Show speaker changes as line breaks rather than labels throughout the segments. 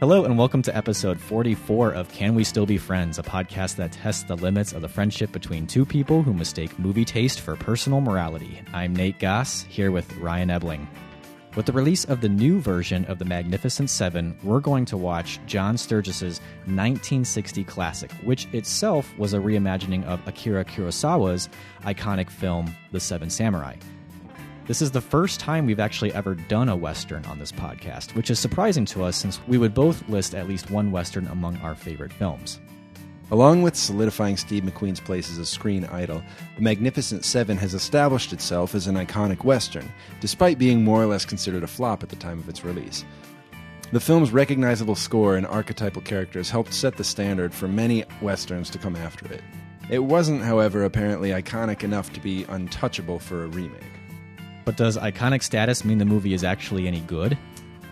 Hello, and welcome to episode 44 of Can We Still Be Friends, a podcast that tests the limits of the friendship between two people who mistake movie taste for personal morality. I'm Nate Goss, here with Ryan Ebling. With the release of the new version of The Magnificent Seven, we're going to watch John Sturgis's 1960 classic, which itself was a reimagining of Akira Kurosawa's iconic film, The Seven Samurai. This is the first time we've actually ever done a Western on this podcast, which is surprising to us since we would both list at least one Western among our favorite films.
Along with solidifying Steve McQueen's place as a screen idol, The Magnificent Seven has established itself as an iconic Western, despite being more or less considered a flop at the time of its release. The film's recognizable score and archetypal characters helped set the standard for many Westerns to come after it. It wasn't, however, apparently iconic enough to be untouchable for a remake.
But does iconic status mean the movie is actually any good?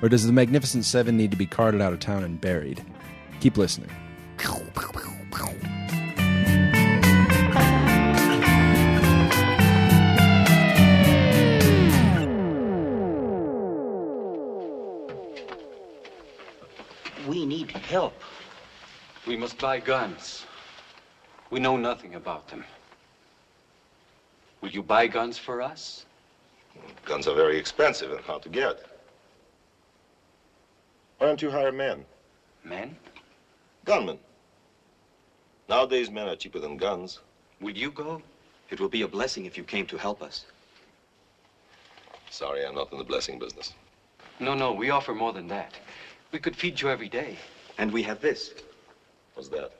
Or does The Magnificent Seven need to be carted out of town and buried? Keep listening.
We need help.
We must buy guns. We know nothing about them. Will you buy guns for us?
Guns are very expensive and hard to get. Why don't you hire men?
Men?
Gunmen. Nowadays, men are cheaper than guns.
Will you go?
It will be a blessing if you came to help us.
Sorry, I'm not in the blessing business.
No, no, we offer more than that. We could feed you every day.
And we have this.
What's that?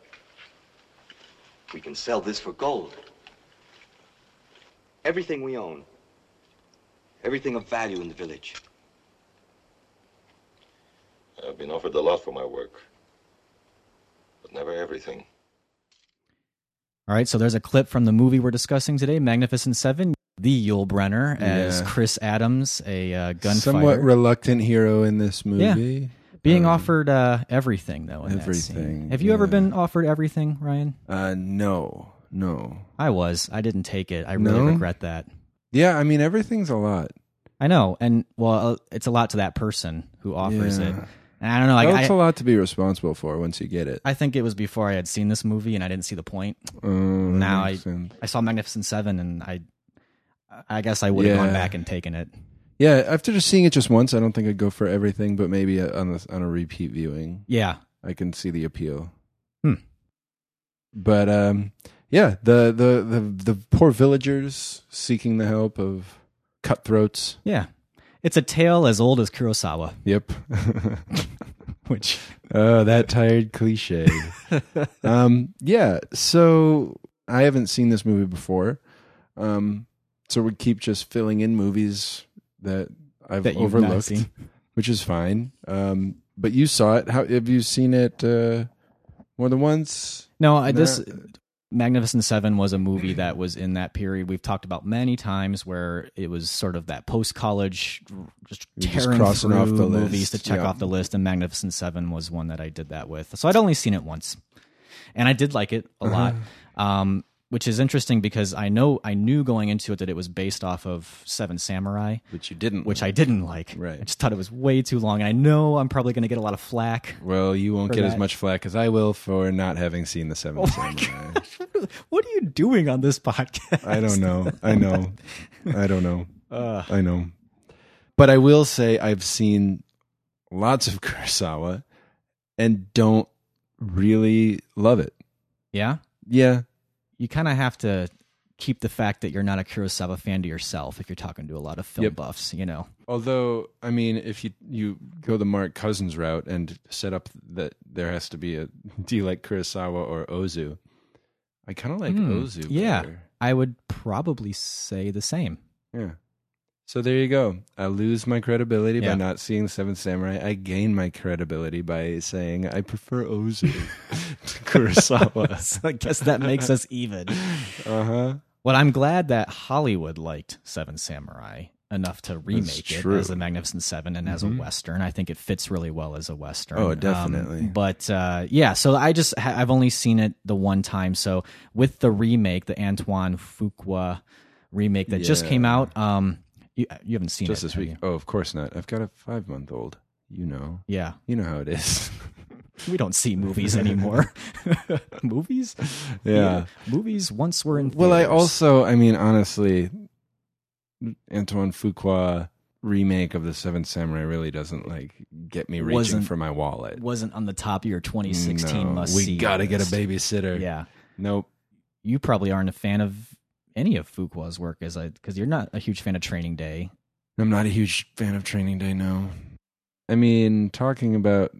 We can sell this for gold. Everything we own. Everything of value in the village.
I've been offered a lot for my work, but never everything.
All right, so there's a clip from the movie we're discussing today, Magnificent Seven. The Yul Brenner as
Yeah.
Chris Adams, a uh, gunfighter,
Somewhat reluctant hero in this movie.
being offered uh, everything though. In That scene.
Everything,
Have you ever
yeah.
been offered everything, Ryan?
Uh, no, no.
I was. I didn't take it. I really
No?
regret that.
Yeah, I mean, everything's a lot.
I know, and well, it's a lot to that person who offers
Yeah.
it. And I don't know.
That's
I,
a
I,
lot to be responsible for once you get it.
I think it was before I had seen this movie, and I didn't see the point.
Oh,
Now
now
I, I saw Magnificent Seven, and I, I guess I would have
Yeah.
gone back and taken it.
yeah. After just seeing it just once, I don't think I'd go for everything, but maybe on a, on a repeat viewing,
Yeah,
I can see the appeal.
Hmm.
But um, yeah, the, the the the poor villagers seeking the help of cutthroats.
yeah. It's a tale as old as Kurosawa,
Yep.
which
Oh, that tired cliche. um, yeah. So I haven't seen this movie before. Um, so we keep just filling in movies that I've
That you've not
overlooked,
seen.
which is fine. Um, but you saw it. How have you seen it uh, more than once?
no, I, this
There-
Magnificent Seven was a movie that was in that period we've talked about many times, where it was sort of that post college, just
You're just
tearing
crossing
through
off the
movies
list.
to check
Yeah.
off the list, and Magnificent Seven was one that I did that with. So I'd only seen it once, and I did like it a
Uh-huh.
lot, um, which is interesting because I know I knew going into it that it was based off of Seven Samurai,
Which you didn't.
which I didn't like.
Right.
I just thought it was way too long, and I know I'm probably going to get a lot of flack.
well, you won't
For
get as
that.
much flack as I will for not having seen the
Oh
Seven Samurai.
What are you doing on this podcast?
I don't know. I know. I don't know.
Uh,
I know. But I will say I've seen lots of Kurosawa and don't really love it.
yeah.
Yeah.
you kind of have to keep the fact that you're not a Kurosawa fan to yourself if you're talking to a lot of film
Yep.
buffs, you know.
Although, I mean, if you you go the Mark Cousins route and set up that there has to be a do you like Kurosawa or Ozu? I kind of like
Hmm.
Ozu.
Yeah.
better.
I would probably say the same.
Yeah. So there you go. I lose my credibility
Yeah.
by not seeing Seven Samurai. I gain my credibility by saying I prefer Ozu to Kurosawa.
So I guess that makes us even.
Uh huh.
Well, I'm glad that Hollywood liked Seven Samurai enough to remake it
true. Mm-hmm.
as the Magnificent Seven and as a Western. I think it fits really well as a Western.
Oh,
Um,
definitely.
but uh, yeah, so I just ha- I've only seen it the one time. So with the remake, the Antoine Fuqua remake that just came
Yeah.
out, um, you, you haven't seen
Just
it
this
have
week.
you?
Oh, of course not. I've got a five month old. You know.
Yeah.
You know how it is.
We don't see movies anymore. movies?
yeah.
Movies once were in
Well, I
theaters.
also, I mean, honestly, Antoine Fuqua remake of the Seventh Samurai really doesn't like get me reaching
Wasn't-
for my wallet.
wasn't on the top of your 2016
No,
must
we
see.
gotta get a
list.
babysitter.
Yeah.
Nope.
You probably aren't a fan of any of Fuqua's work as I cuz you're not a huge fan of Training Day.
I'm not a huge fan of Training Day. No. I mean, talking about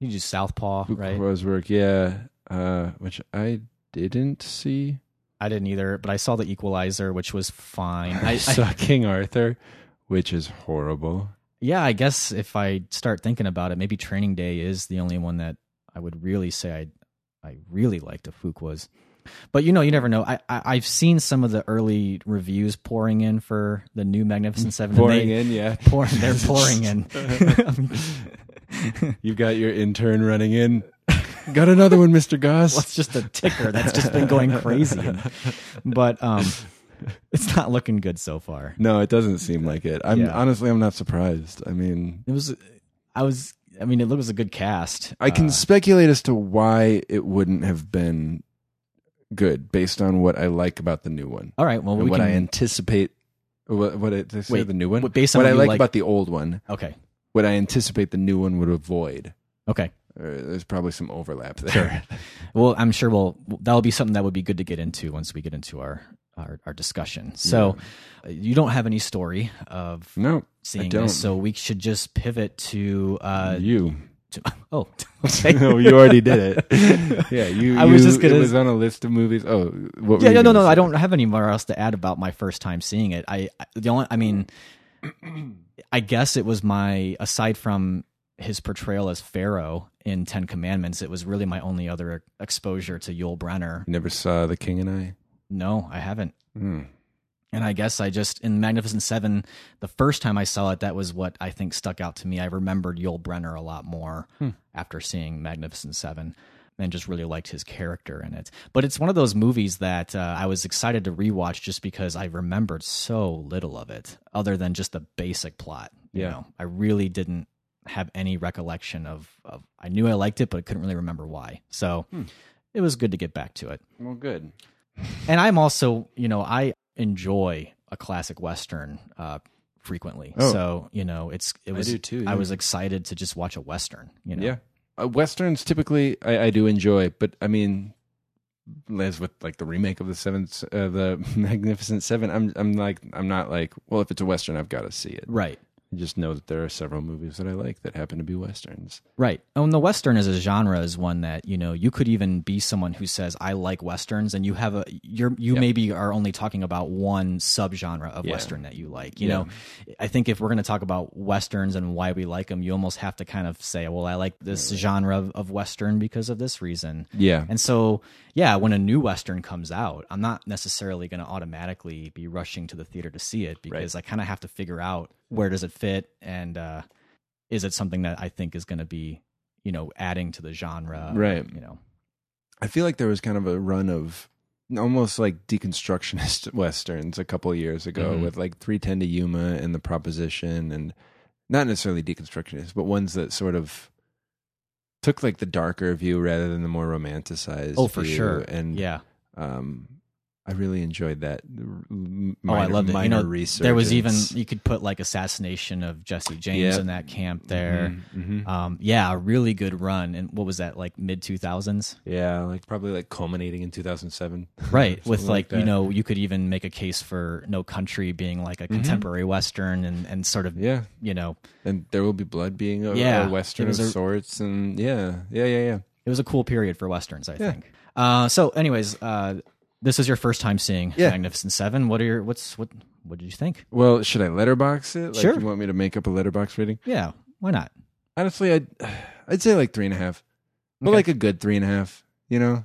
You do Southpaw, right?
Fuqua's work, yeah, uh, which I didn't see.
I didn't either, but I saw The Equalizer, which was fine. I,
I
I,
saw King Arthur, which is horrible.
yeah, I guess if I start thinking about it, maybe Training Day is the only one that I would really say I I really liked of Fuqua's. But you know, you never know. I, I I've seen some of the early reviews pouring in for the new Magnificent Seven. and
Pouring
they-
in, yeah.
Pour, they're pouring in. I mean,
You've got your intern running in. got another one, Mr. Goss.
well, it's just a ticker that's just been going crazy. but um, it's not looking good so far.
No, it doesn't seem like it. I'm
Yeah.
honestly, I'm not surprised. I mean,
It was, I was, I mean, it was a good cast.
I can
Uh,
speculate as to why it wouldn't have been good based on what I like about the new one
all right. Well,
and
we
what
can.
I anticipate. What, what I, did I say
Wait,
the new one?
what- based on
what
what
I
you
like
like-
about the old one,
okay.
what I anticipate the new one would avoid.
Okay.
Uh, There's probably some overlap there.
Well, I'm sure we'll that'll be something that would be good to get into once we get into our our, our discussion. So, uh you don't have any story of
No, I
seeing
don't.
this, so we should just pivot to uh
you.
to, oh okay
no, you already did it. yeah, you.
I was
you-
just gonna-
It was on a list of movies. Oh, what? were
yeah
you
no no
gonna
no
say?
I don't have anywhere else to add about my first time seeing it. I I- the only I mean, I guess it was my aside from his portrayal as Pharaoh in Ten Commandments, it was really my only other exposure to Yul Brenner.
You never saw The King and I.
No, I haven't.
Hmm.
And I guess I just in Magnificent Seven, the first time I saw it, that was what I think stuck out to me. I remembered Yul Brenner a lot more
Hmm.
after seeing Magnificent Seven, and just really liked his character in it. But it's one of those movies that uh, I was excited to rewatch just because I remembered so little of it, other than just the basic plot. You
Yeah.
know, I really didn't have any recollection of, of. I knew I liked it, but I couldn't really remember why. So
Hmm.
it was good to get back to it
Well, good.
and I'm also, you know, I enjoy a classic western uh, frequently.
Oh.
So you know, it's it was
do too,
I
yeah.
was excited to just watch a western. You know,
Yeah. Uh, Westerns typically I, I do enjoy, but I mean, as with like the remake of the Seventh, uh, the Magnificent Seven, I'm I'm like I'm not like well, if it's a Western, I've got to see it.
right,
I just know that there are several movies that I like that happen to be Westerns.
right. And the western as a genre is one that you know you could even be someone who says I like westerns, and you have a you're you maybe are only talking about one subgenre of
Yeah.
western that you like. You
Yeah.
know, I think if we're going to talk about westerns and why we like them, you almost have to kind of say, well, I like this genre of, of western because of this reason.
Yeah,
And so, yeah, when a new Western comes out, I'm not necessarily going to automatically be rushing to the theater to see it because I kind of have to figure out where does it fit and uh, is it something that I think is going to be, you know, adding to the genre,
Right.
You know,
I feel like there was kind of a run of almost like deconstructionist westerns a couple years ago
Mhm.
with like 310 to Yuma and the proposition and not necessarily deconstructionist but ones that sort of took like the darker view rather than the more romanticized
oh for
view.
sure,
and
yeah.
um I really enjoyed that minor,
Oh, I loved it.
minor
you know,
research
there was even you could put like assassination of Jesse James
Yeah.
in that
Mm-hmm.
camp there. Um, yeah, a really good run. And what was that like mid 2000s?
yeah like probably like culminating in 2007
right with
Something
like,
that.
you know you could even make a case for no country being like a
Mm-hmm.
contemporary western and and sort of
yeah
you know
and there will be blood being a,
Yeah.
a western
It was
of
a-
sorts and yeah yeah yeah yeah
it was a cool period for westerns i
Yeah.
think uh so anyways uh this is your first time seeing
Yeah.
magnificent seven what are your what's what what did you think
well should i letterbox it like
Sure.
you want me to make up a letterbox rating
yeah why not
honestly i'd i'd say like three and a half but
Okay.
like a good three and a half you know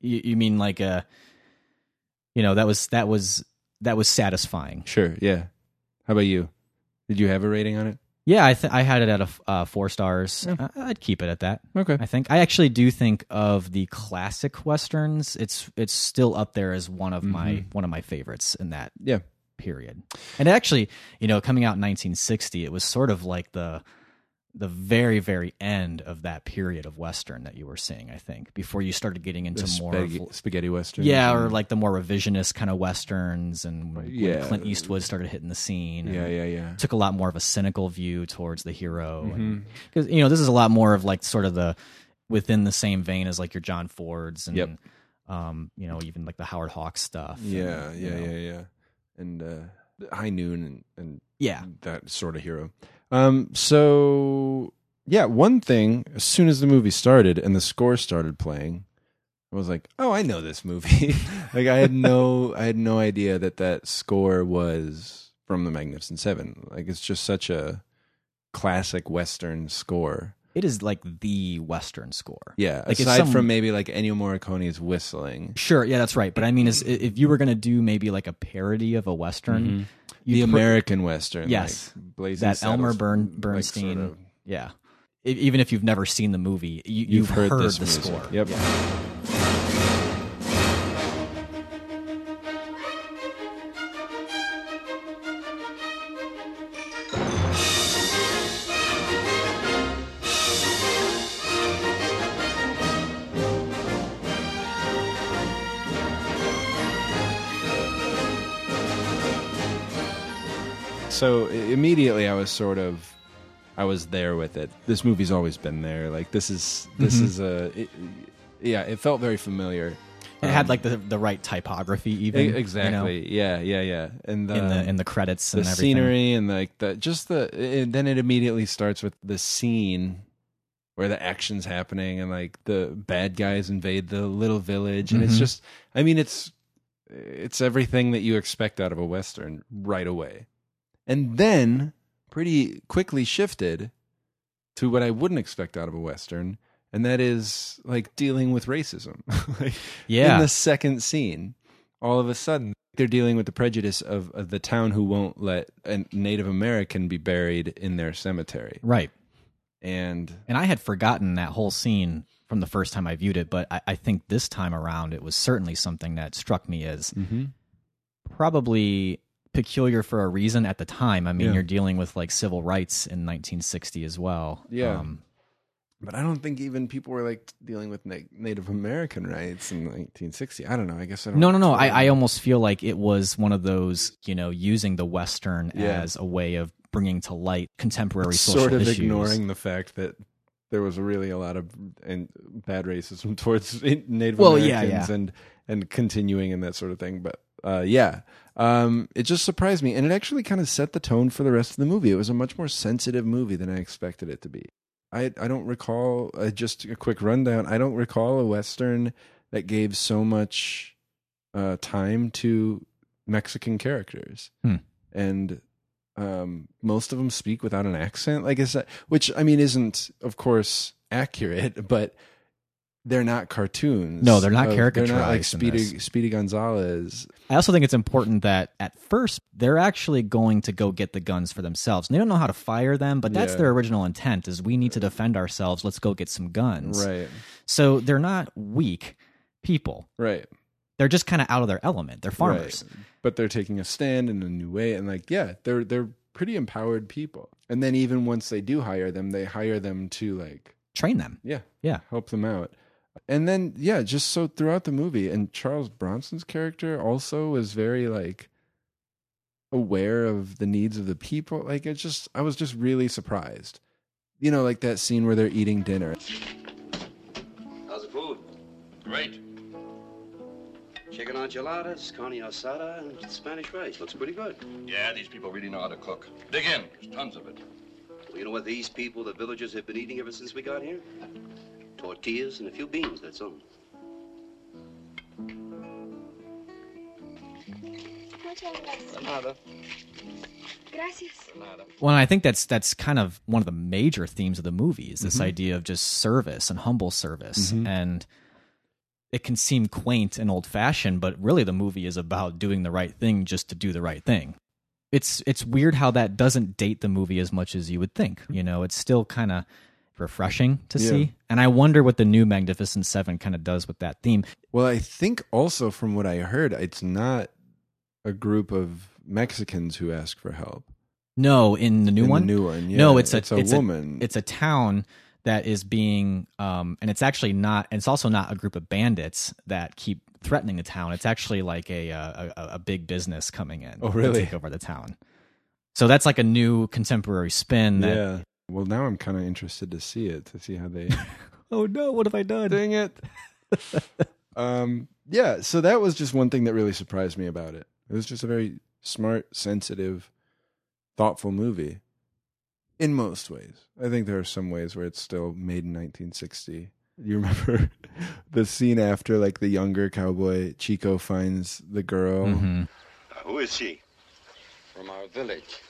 you, you mean like uh you know that was that was that was satisfying
sure yeah how about you did you have a rating on it
yeah i th- i had it at a f- uh, four stars I- i'd keep it at that
okay
I think I actually do think of the classic westerns. It's it's still up there as one of
Mm-hmm.
my one of my favorites in that
yeah
period. And actually, you know, coming out in 1960, it was sort of like the the very very end of that period of western that you were seeing i think before you started getting into
The
more of,
spag- spaghetti western. Mm-hmm.
yeah or like the more revisionist kind of westerns and when
Yeah.
clint eastwood started hitting the scene and
yeah, Mm-hmm. yeah, yeah.
took a lot more of a cynical view towards the hero because you know this is a lot more of like sort of the within the same vein as like your john fords and
Yep.
um you know even like the howard hawks stuff and,
Yeah,
you
yeah,
know.
yeah, yeah. And uh, High Noon and, and
yeah
that sort of hero. Um, so yeah, one thing as soon as the movie started and the score started playing, I was like, "Oh, I know this movie." like I had no, I had no idea that that score was from The Magnificent Seven. Like it's just such a classic Western score.
it is like the western score
Yeah,
Like, if
aside
some-
from maybe like Ennio Morricone's whistling,
sure yeah that's right but i mean is if you were gonna do maybe like a parody of a western
Mm-hmm. the
you'd put
American Western,
Yes.
like Blazing
that elmer
Saddles,
Bern,
like,
bernstein
sort of-
yeah E- even if you've never seen the movie you,
you've, heard, this
the
music.
score
Yep. So i- immediately, I was sort of, I was there with it. This movie's always been there. Like this is this
Mm-hmm.
is a, it, yeah. It felt very familiar.
it had like the, the right typography
E-
even you know,
exactly. Yeah. Yeah. Yeah. And um, the
in the in the credits
the
and everything
scenery and like the just the and then it immediately starts with the scene where the action's happening and like the bad guys invade the little village and it's
Mhm.
just I mean it's it's everything that you expect out of a western right away. And then pretty quickly shifted to what I wouldn't expect out of a western and that is like dealing with racism. like
yeah
in the second scene, all of a sudden they're dealing with the prejudice of, of the town who won't let a Native American be buried in their cemetery.
right
And
and I had forgotten that whole scene from the first time I viewed it, but I, I think this time around it was certainly something that struck me as probably peculiar for a reason at the time. I mean,
Yeah.
you're dealing with like civil rights in 1960 as well. Um,
Yeah. but I don't think even people were like dealing with na- Native American rights in 1960. I don't know. I guess I don't.
no, no, no. I, I almost feel like it was one of those, you know, using the Western
Yeah.
as a way of bringing to light contemporary social
sort of
issues.
ignoring the fact that there was really a lot of and bad racism towards Native
Well, yeah,
Americans
yeah.
and and continuing and that sort of thing. But uh, yeah, um, it just surprised me, and it actually kind of set the tone for the rest of the movie. It was a much more sensitive movie than I expected it to be. I I don't recall uh, just a quick rundown. I don't recall a western that gave so much uh, time to Mexican characters,
Hmm.
and um, most of them speak without an accent. Like I said, which I mean isn't, of course, accurate, but they're not cartoons.
No, they're not
They're not like
caricaturized in
Speedy Speedy Gonzalez.
I also think it's important that at first they're actually going to go get the guns for themselves. And they don't know how to fire them, but that's
Yeah.
their original intent is we need to defend ourselves. Let's go get some guns.
Right,
So they're not weak people.
right,
They're just kind of out of their element. They're farmers.
right. But they're taking a stand in a new way, and like, yeah, they're they're pretty empowered people. And then even once they do hire them, they hire them to like,
Train them.
yeah,
Yeah.
help them out. And then yeah, just so throughout the movie and Charles Bronson's character also was very like aware of the needs of the people. Like it just I was just really surprised. You know, like that scene where they're eating dinner.
How's the food?
Great.
Chicken enchiladas, carne asada, and Spanish rice. Looks pretty good.
Yeah, these people really know how to cook. Dig in. There's tons of it.
Well, you know what these people, the villagers, have been eating ever since we got here? Tortillas and a few beans, that's all.
Muchas gracias.
Nada.
Gracias.
Well, and I think that's that's kind of one of the major themes of the movie is this idea of just service and humble service. And it can seem quaint and old fashioned, but really the movie is about doing the right thing just to do the right thing. It's it's weird how that doesn't date the movie as much as you would think. You know, it's still kind of refreshing to
Yeah.
see. And I wonder what the new Magnificent Seven kind of does with that theme.
Well, I think also from what I heard, it's not a group of Mexicans who ask for help.
No, in the new
In the
one.
new one,
No,
yeah.
it's a
It's a woman.
it's a town that is being, um, and it's actually not. And it's also not a group of bandits that keep threatening the town. It's actually like a uh, a, a big business coming in.
Oh,
to
really?
Take over the town. So that's like a new contemporary spin. That,
yeah. Well, now I'm kind of interested to see it to see how they.
Oh no! What have I done?
Dang it. um, yeah. So that was just one thing that really surprised me about it. It was just a very smart, sensitive, thoughtful movie. In most ways, I think there are some ways where it's still made in 1960. You remember the scene after, like the younger cowboy Chico finds the girl.
Mhm.
Who is she?
From our village.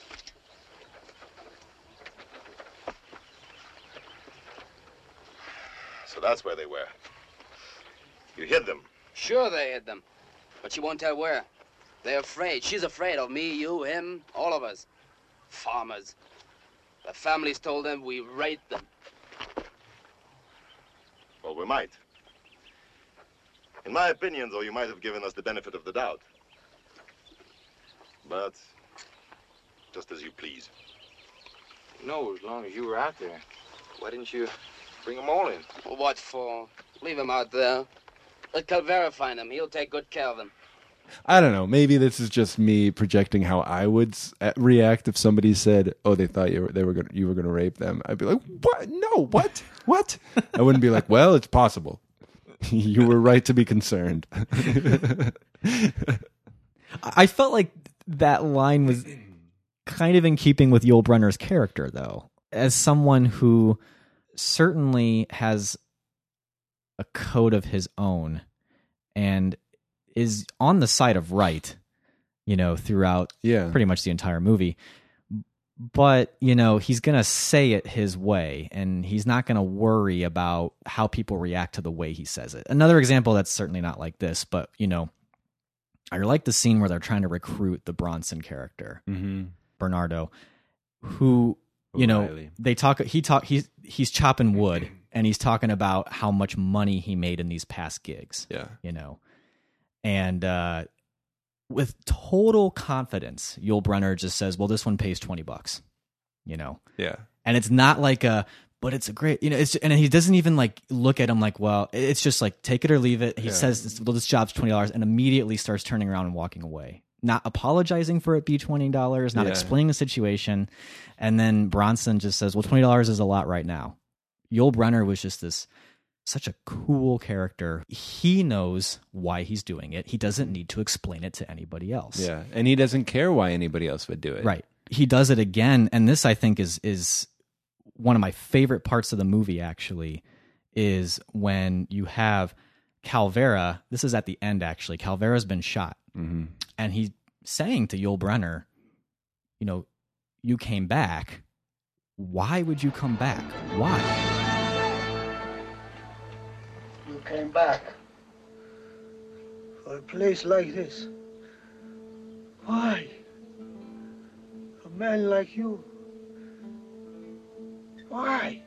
So that's where they were.
You hid them.
Sure, they hid them. But she won't tell where. They're afraid. She's afraid of me, you, him, all of us. Farmers. The families told them we raped them.
Well, we might. In my opinion, though, you might have given us the benefit of the doubt. But just as you please.
No, as long as you were out there. Why didn't you bring them all in?
What for? Leave them out there. Let Calvera find them. He'll take good care of them.
I don't know. Maybe this is just me projecting how I would s- uh, react if somebody said, "Oh, they thought you were they were gonna, you were going to rape them." I'd be like, "What? No, what? What?" I wouldn't be like, "Well, it's possible. you were right to be concerned."
I I felt like that line was kind of in keeping with Yul Brynner's character, though, as someone who certainly has a code of his own and is on the side of right, you know, throughout
yeah,
pretty much the entire movie. But, you know, he's going to say it his way and he's not going to worry about how people react to the way he says it. Another example that's certainly not like this, but, you know, I like the scene where they're trying to recruit the Bronson character,
mm-hmm.
Bernardo, who, you know,
O'Reilly.
they talk, he talk, he's, he's chopping wood and he's talking about how much money he made in these past gigs
yeah.
you know. And uh, with total confidence, Yul Brynner just says, "Well, this one pays twenty bucks," you know.
Yeah.
And it's not like a, but it's a great, you know. It's and he doesn't even like look at him like, well, it's just like take it or leave it. He
Yeah.
says, "Well, this job's twenty dollars," and immediately starts turning around and walking away. Not apologizing for it be twenty dollars, not
Yeah.
explaining the situation, and then Bronson just says, "Well, twenty dollars is a lot right now." Yul Brynner was just this such a cool character. He knows why he's doing it. He doesn't need to explain it to anybody else.
Yeah. And he doesn't care why anybody else would do it.
Right. He does it again, and this I think is is one of my favorite parts of the movie actually is when you have Calvera, this is at the end actually. Calvera's been shot
Mm-hmm.
and he's saying to Yul Brenner, you know, you came back. Why would you come back? Why?
You came back. For a place like this. Why? A man like you. Why?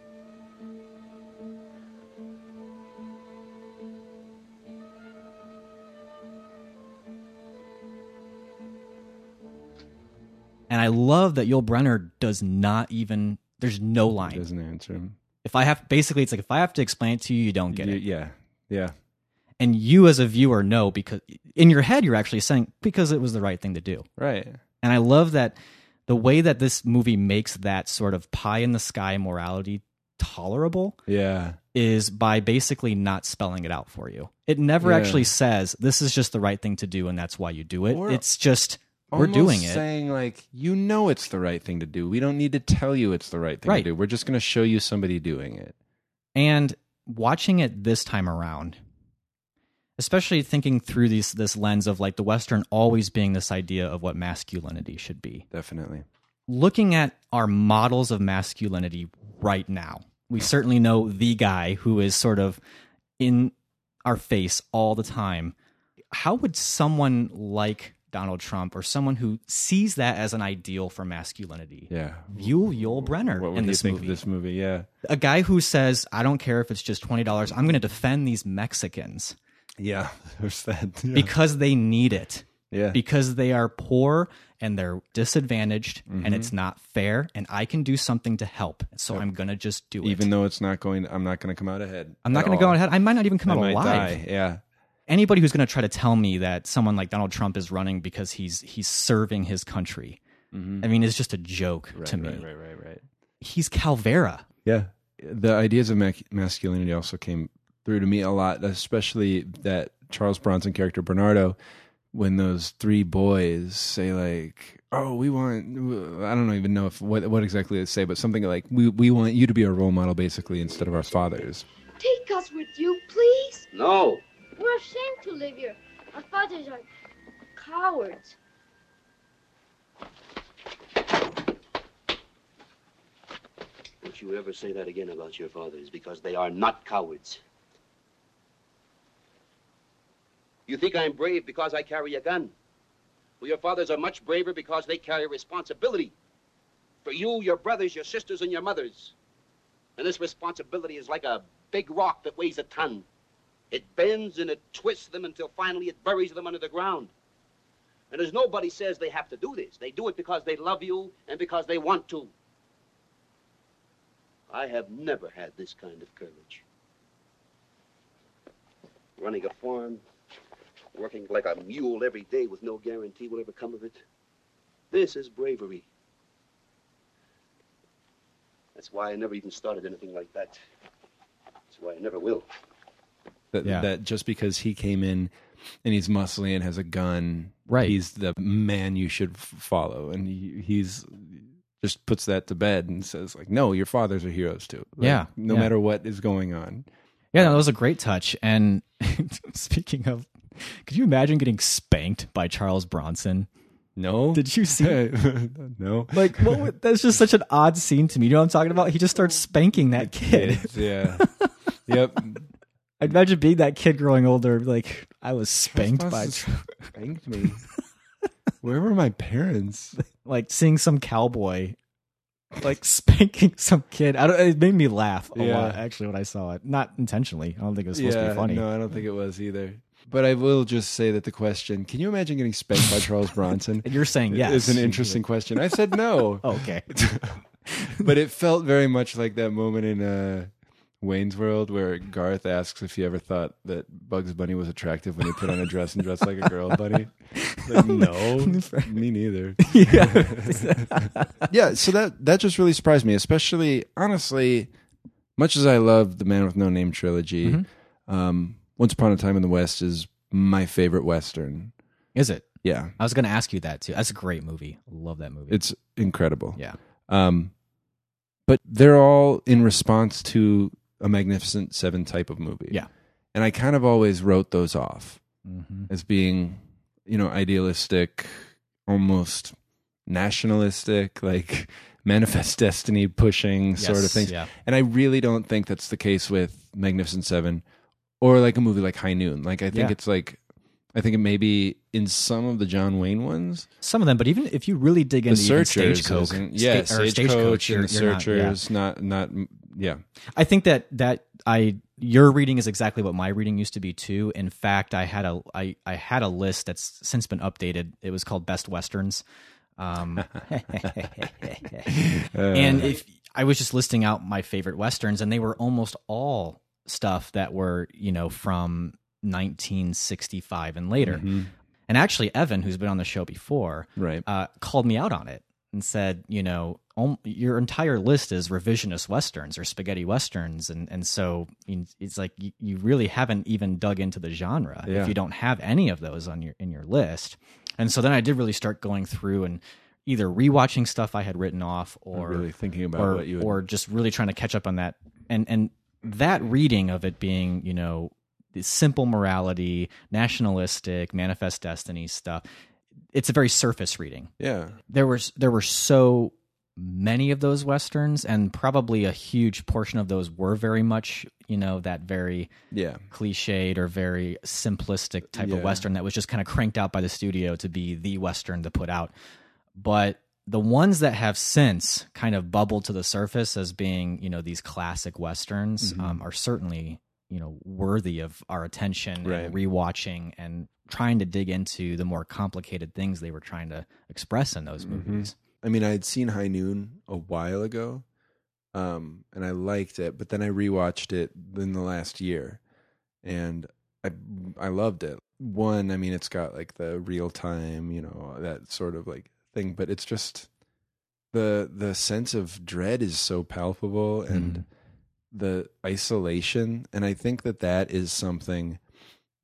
And I love that Yul Brenner does not even there's no
He
line.
doesn't answer him.
If I have basically it's like if I have to explain it to you, you don't get
Y-
it.
Yeah. Yeah.
and you as a viewer know because in your head you're actually saying because it was the right thing to do
Right.
and i love that the way that this movie makes that sort of pie in the sky morality tolerable
Yeah.
is by basically not spelling it out for you it never
Yeah.
actually says this is just the right thing to do and that's why you do it
Or-
it's just we're doing
Almost
it
Saying like, you know, it's the right thing to do. We don't need to tell you it's the right thing
Right.
to do. We're just going to show you somebody doing it.
and watching it this time around especially thinking through these this lens of like the western always being this idea of what masculinity should be
Definitely.
looking at our models of masculinity right now, we certainly know the guy who is sort of in our face all the time. How would someone like Donald Trump or someone who sees that as an ideal for masculinity
Yeah.
view Yul Brenner
What would
in
you
this
think
movie?
of this movie? Yeah.
A guy who says, I don't care if it's just $20, I'm going to defend these Mexicans
Yeah. There's that. Yeah.
because they need it.
Yeah.
because they are poor and they're disadvantaged and it's not fair and I can do something to help. So I'm going to just do it.
Even though it's not going, I'm not going to come out ahead.
I'm not
at
going to go
all.
ahead. I might not even come
I
out
might
alive.
die. Yeah.
Anybody who's going to try to tell me that someone like Donald Trump is running because he's he's serving his country, I mean, it's just a joke to me.
Mm-hmm. Right, right, right, right.
He's Calvera.
Yeah. The ideas of mac- masculinity also came through to me a lot, especially that Charles Bronson character Bernardo, when those three boys say like, "Oh, we want," I don't even know if what what exactly they say, but something like, "We we want you to be our role model, basically, instead of our fathers."
Take us with you, please.
No.
We're ashamed to live here. Our fathers are cowards.
Don't you ever say that again about your fathers, because they are not cowards. You think I'm brave because I carry a gun. Well, your fathers are much braver because they carry responsibility. For you, your brothers, your sisters, and your mothers. And this responsibility is like a big rock that weighs a ton. It bends and it twists them until finally it buries them under the ground. And as nobody says they have to do this, they do it because they love you and because they want to. I have never had this kind of courage. Running a farm, working like a mule every day with no guarantee will ever come of it. This is bravery. That's why I never even started anything like that. That's why I never will.
That
Yeah.
that just because he came in and he's muscly and has a gun,
Right.
He's the man you should f- follow, and he, he's just puts that to bed and says like, "No, your fathers are heroes too." Like,
Yeah,
no
yeah.
matter what is going on.
Yeah, no, that was a great touch. And speaking of, could you imagine getting spanked by Charles Bronson?
No,
Did you see?
no,
Like, what would, that's just such an odd scene to me. You know what I'm talking about? He just starts spanking that kid.
It's- yeah, yep.
I'd imagine being that kid growing older, like I was spanked by,
Response is, spanked me. Where were my parents?
like seeing some cowboy, like spanking some kid. I don't. It made me laugh a
Yeah.
lot. Actually, when I saw it, not intentionally. I don't think it was supposed to be funny.
No, I don't think it was either. But I will just say that the question: Can you imagine getting spanked by Charles Bronson?
And you're saying yes. Oh,
Is an interesting question. I said no.
Okay.
but it felt very much like that moment in uh, Wayne's World where Garth asks if he ever thought that Bugs Bunny was attractive when he put on a dress and dressed like a girl bunny. Like, no, me neither. yeah, so that that just really surprised me, especially honestly. Much as I love the Man with No Name trilogy, um, Once Upon a Time in the West is my favorite western.
Is it?
Yeah,
I was going to ask you that too. That's a great movie. Love that movie.
it's incredible.
yeah.
Um, but they're all in response to a Magnificent Seven type of movie.
Yeah.
And I kind of always wrote those off
hmm
as being, you know, idealistic, almost nationalistic, like manifest destiny pushing sort of
Yes,
things.
yeah.
And I really don't think that's the case with Magnificent Seven or like a movie like High Noon. Like, I think
Yeah.
it's like, I think it may be in some of the John Wayne ones,
Some of them, but even if you really dig into even Stagecoach,
isn't- yeah,
sta- or
stagecoach, and the
you're- you're not- yeah.
searchers, not, not, yeah,
I think that that I your reading is exactly what my reading used to be too. In fact, I had a I I had a list that's since been updated. It was called Best Westerns. Um,
Uh,
and if I was just listing out my favorite westerns, and they were almost all stuff that were you know from 1965 and later.
Mm-hmm.
And actually, Evan, who's been on the show before,
mhm, Right.
uh, called me out on it and said, you know, om- your entire list is revisionist westerns or spaghetti westerns, and and so I mean, it's like you, you really haven't even dug into the genre
Yeah.
if you don't have any of those on your in your list. And so then I did really start going through and either rewatching stuff I had written off or
really thinking about
or,
what you would-
or just really trying to catch up on that and and that reading of it being you know the simple morality nationalistic manifest destiny stuff it's a very surface reading
yeah,
there was there were so many of those westerns and probably a huge portion of those were very much you know that very
yeah,
cliched or very simplistic type
Yeah.
of western that was just kind of cranked out by the studio to be the western to put out but the ones that have since kind of bubbled to the surface as being you know these classic
Mm-hmm.
westerns um, are certainly you know worthy of our attention
Right.
and rewatching and trying to dig into the more complicated things they were trying to express in those
Mm-hmm.
movies.
I mean, I had seen High Noon a while ago, um, and I liked it, but then I rewatched it in the last year, and I I loved it. One, I mean, it's got like the real time, you know, that sort of like thing, but it's just the the sense of dread is so palpable, and
Mhm.
the isolation, and I think that that is something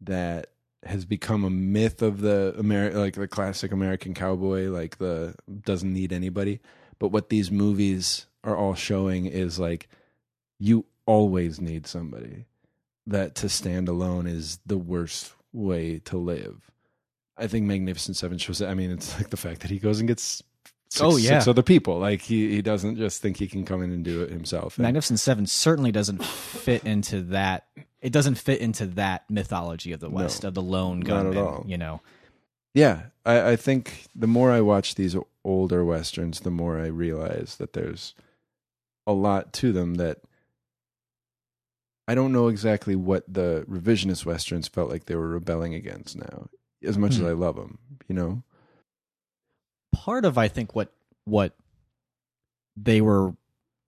that has become a myth of the Ameri- like the classic American cowboy, like the doesn't need anybody. But what these movies are all showing is like you always need somebody. That to stand alone is the worst way to live. I think Magnificent Seven shows that. I mean, it's like the fact that he goes and gets six,
Oh, yeah.
six other people. Like he, he doesn't just think he can come in and do it himself. And-
Magnificent Seven certainly doesn't fit into that. It doesn't fit into that mythology of the
No,
West of the lone
not at
gunman.
all.
You know,
Yeah, I, I think the more I watch these older westerns, the more I realize that there's a lot to them that I don't know exactly what the revisionist westerns felt like they were rebelling against now, as much
Hmm.
as I love them, you know?
part of I think what what they were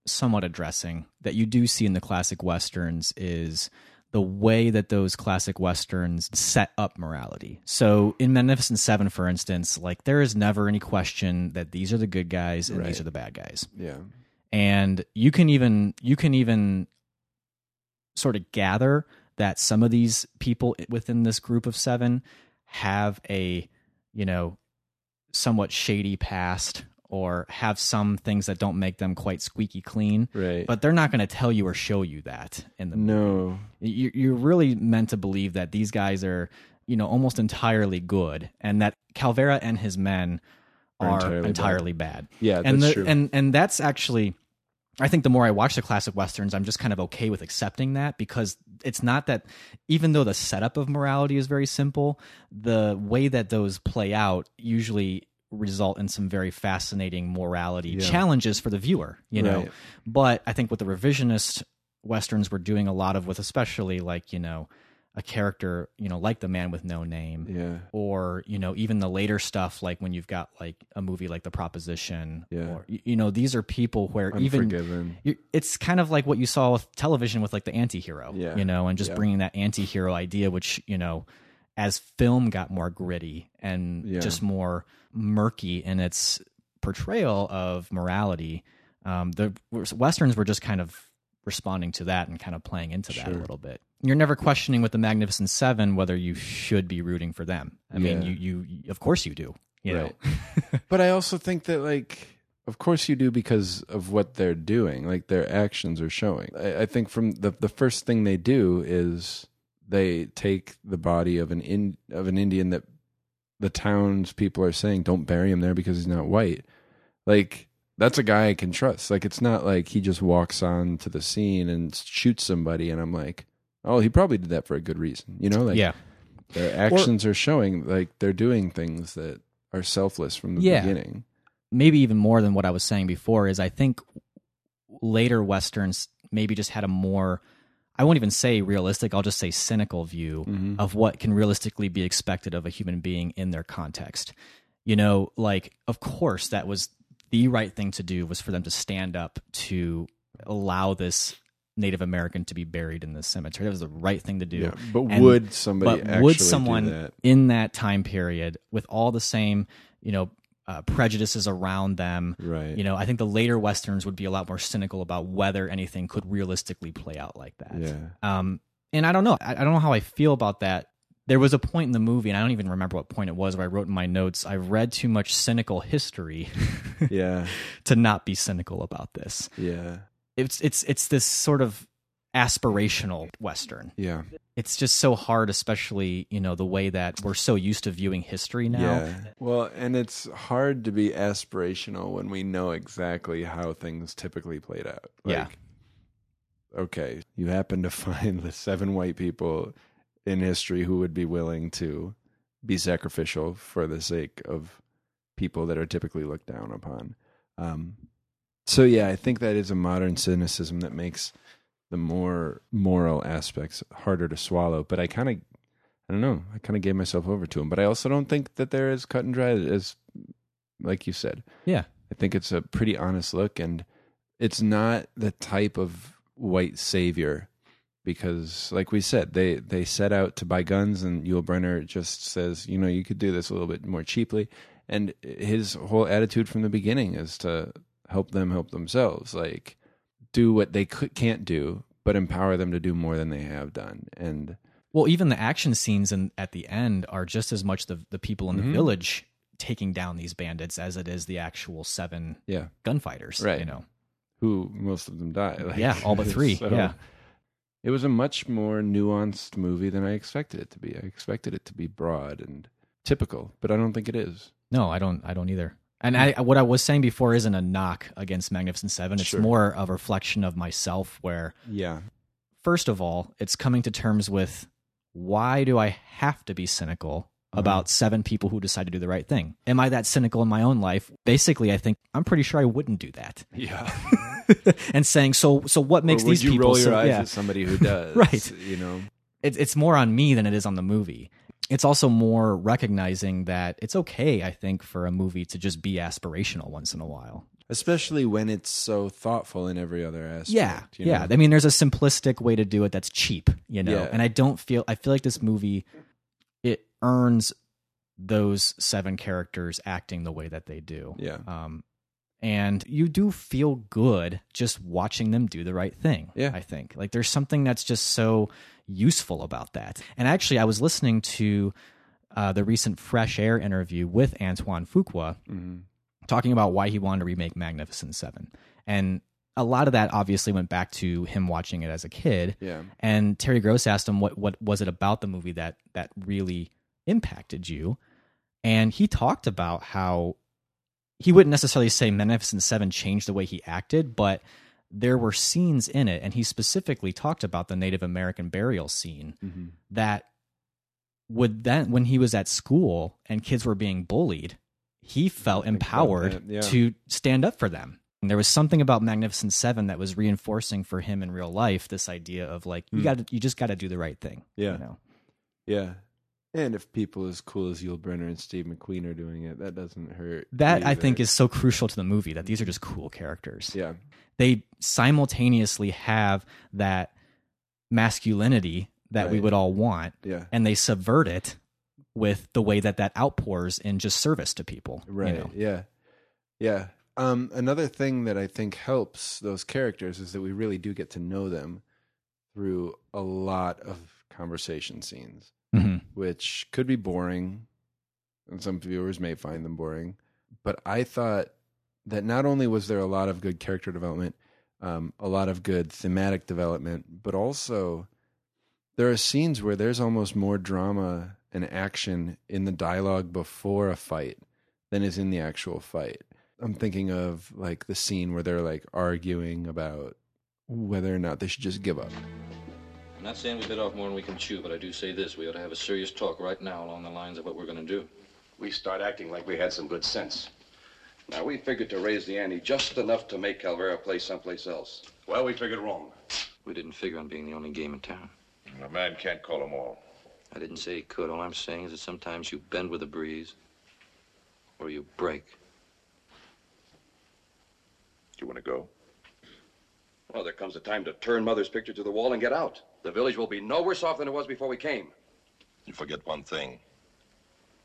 somewhat addressing that you do see in the classic westerns is the way that those classic westerns set up morality. So in Magnificent 7 for instance, like there is never any question that these are the good guys and
Right.
these are the bad guys.
Yeah.
And you can even you can even sort of gather that some of these people within this group of 7 have a, you know, somewhat shady past or have some things that don't make them quite squeaky clean
Right.
but they're not going to tell you or show you that in the
no.
you, you're really meant to believe that these guys are you know almost entirely good and that calvera and his men
Are
are,
entirely
entirely,
bad.
bad.
Yeah,
and
that's
the,
true.
and and that's actually I think the more I watch the classic westerns, I'm just kind of okay with accepting that because it's not that even though the setup of morality is very simple, the way that those play out usually result in some very fascinating morality
Yeah.
challenges for the viewer, you know.
Right.
But I think what the revisionist westerns were doing a lot of with especially like, you know, a character, you know, like the man with no name
Yeah.
or you know even the later stuff like when you've got like a movie like the proposition
Yeah.
or y- you know these are people where even
Unforgiven.
you it's kind of like what you saw with television with like the anti-hero
Yeah.
you know and just
Yeah.
bringing that anti-hero idea which you know as film got more gritty and
Yeah.
just more murky in its portrayal of morality um, the westerns were just kind of responding to that and kind of playing into that a
Sure.
little bit. You're never questioning with the Magnificent Seven whether you should be rooting for them. I mean,
Yeah.
you, you of course you do. You
Right.
know,
But I also think that, like, of course you do because of what they're doing, like their actions are showing. I, I think from the the first thing they do is they take the body of an in, of an Indian that the town's people are saying don't bury him there because he's not white. Like that's a guy I can trust. Like it's not like he just walks on to the scene and shoots somebody, and I'm like, oh, he probably did that for a good reason, you know? Like
yeah,
their actions are showing like they're doing things that are selfless from the
Yeah.
beginning.
maybe even more than what I was saying before is I think later westerns maybe just had a more I won't even say realistic, I'll just say cynical view
Mm-hmm.
of what can realistically be expected of a human being in their context. You know, like of course that was the right thing to do was for them to stand up to allow this Native American to be buried in the cemetery. That was the right thing to do.
Yeah, but
And-
would somebody
but
actually
would
do
someone
that?
in that time period with all the same you know uh, prejudices around them
Right.
you know i think the later westerns would be a lot more cynical about whether anything could realistically play out like that
Yeah.
um and i don't know I, I don't know how i feel about that there was a point in the movie and i don't even remember what point it was where i wrote in my notes i've read too much cynical history
Yeah.
to not be cynical about this
Yeah.
it's it's it's this sort of aspirational western
Yeah.
it's just so hard, especially you know the way that we're so used to viewing history now.
Yeah. Well, and it's hard to be aspirational when we know exactly how things typically played out.
Yeah.
Okay, you happen to find the seven white people in history who would be willing to be sacrificial for the sake of people that are typically looked down upon. Um, so yeah, I think that is a modern cynicism that makes the more moral aspects harder to swallow. But I kind of I don't know. I kind of gave myself over to them, but I also don't think that they're as cut and dry as, like you said.
Yeah.
I think it's a pretty honest look, and it's not the type of white savior because, like we said, they they set out to buy guns, and Yul Brenner just says, you know, you could do this a little bit more cheaply, and his whole attitude from the beginning is to help them help themselves, like do what they could, can't do, but empower them to do more than they have done, and.
Well, even the action scenes in, at the end are just as much the, the people
Mm-hmm.
in the village taking down these bandits as it is the actual seven
Yeah,
gunfighters.
Right.
You know,
who most of them die. like,
yeah, all but three.
so-
yeah.
It was a much more nuanced movie than I expected it to be. I expected it to be broad and typical, but I don't think it is.
No, I don't. I don't either.
Hmm.
And I, what I was saying before isn't a knock against Magnificent Seven. It's
Sure.
more a reflection of myself. Where
Yeah.
first of all, it's coming to terms with why do I have to be cynical
Uh-huh.
about seven people who decide to do the right thing? Am I that cynical in my own life? Basically, I think I'm pretty sure I wouldn't do that.
Yeah.
and saying so, so what makes
would
these
you
people
roll your
so-
eyes
yeah.
at somebody who does?
Right.
You know.
it's it's more on me than it is on the movie. It's also more recognizing that it's okay, I think, for a movie to just be aspirational once in a while.
Especially when it's so thoughtful in every other aspect.
Yeah,
you
yeah.
know?
I mean, there's a simplistic way to do it that's cheap, you know.
Yeah.
And I don't feel I feel like this movie it earns those seven characters acting the way that they do.
Yeah.
Um, and you do feel good just watching them do the right thing.
Yeah.
I think like there's something that's just so useful about that. And actually, I was listening to uh, the recent Fresh Air interview with Antoine Fuqua
Mhm.
talking about why he wanted to remake Magnificent Seven. And a lot of that obviously went back to him watching it as a kid.
Yeah.
And Terry Gross asked him what what was it about the movie that that really impacted you? And he talked about how he wouldn't necessarily say Magnificent Seven changed the way he acted, but there were scenes in it, and he specifically talked about the Native American burial scene
Mhm.
that would then when he was at school and kids were being bullied he felt
think about
empowered
that, yeah.
to stand up for them and there was something about magnificent seven that was reinforcing for him in real life this idea of like you
Hmm.
got to you just got to do the right thing
Yeah.
you know?
Yeah. And if people as cool as Yul Brenner and Steve McQueen are doing it, that doesn't hurt.
that i think
either.
is so crucial to the movie that these are just cool characters
Yeah.
they simultaneously have that masculinity that we
Right.
would all want
Yeah.
and they subvert it with the way that that outpours in just service to people you
right
know?
yeah yeah um another thing that i think helps those characters is that we really do get to know them through a lot of conversation scenes
Mhm.
which could be boring and some viewers may find them boring but i thought that not only was there a lot of good character development um, a lot of good thematic development but also there are scenes where there's almost more drama and action in the dialogue before a fight than is in the actual fight i'm thinking of like the scene where they're like arguing about whether or not they should just give up
I'm not saying we bit off more than we can chew, but I do say this. We ought to have a serious talk right now along the lines of what we're going to do.
We start acting like we had some good sense. Now, we figured to raise the ante just enough to make Calvera play someplace else. Well, we figured wrong.
We didn't figure on being the only game in town.
A man can't call them all.
I didn't say he could. All I'm saying is that sometimes you bend with the breeze or you break.
You want to go?
Well, there comes a time to turn Mother's picture to the wall and get out. The village will be no worse off than it was before we came.
You forget one thing.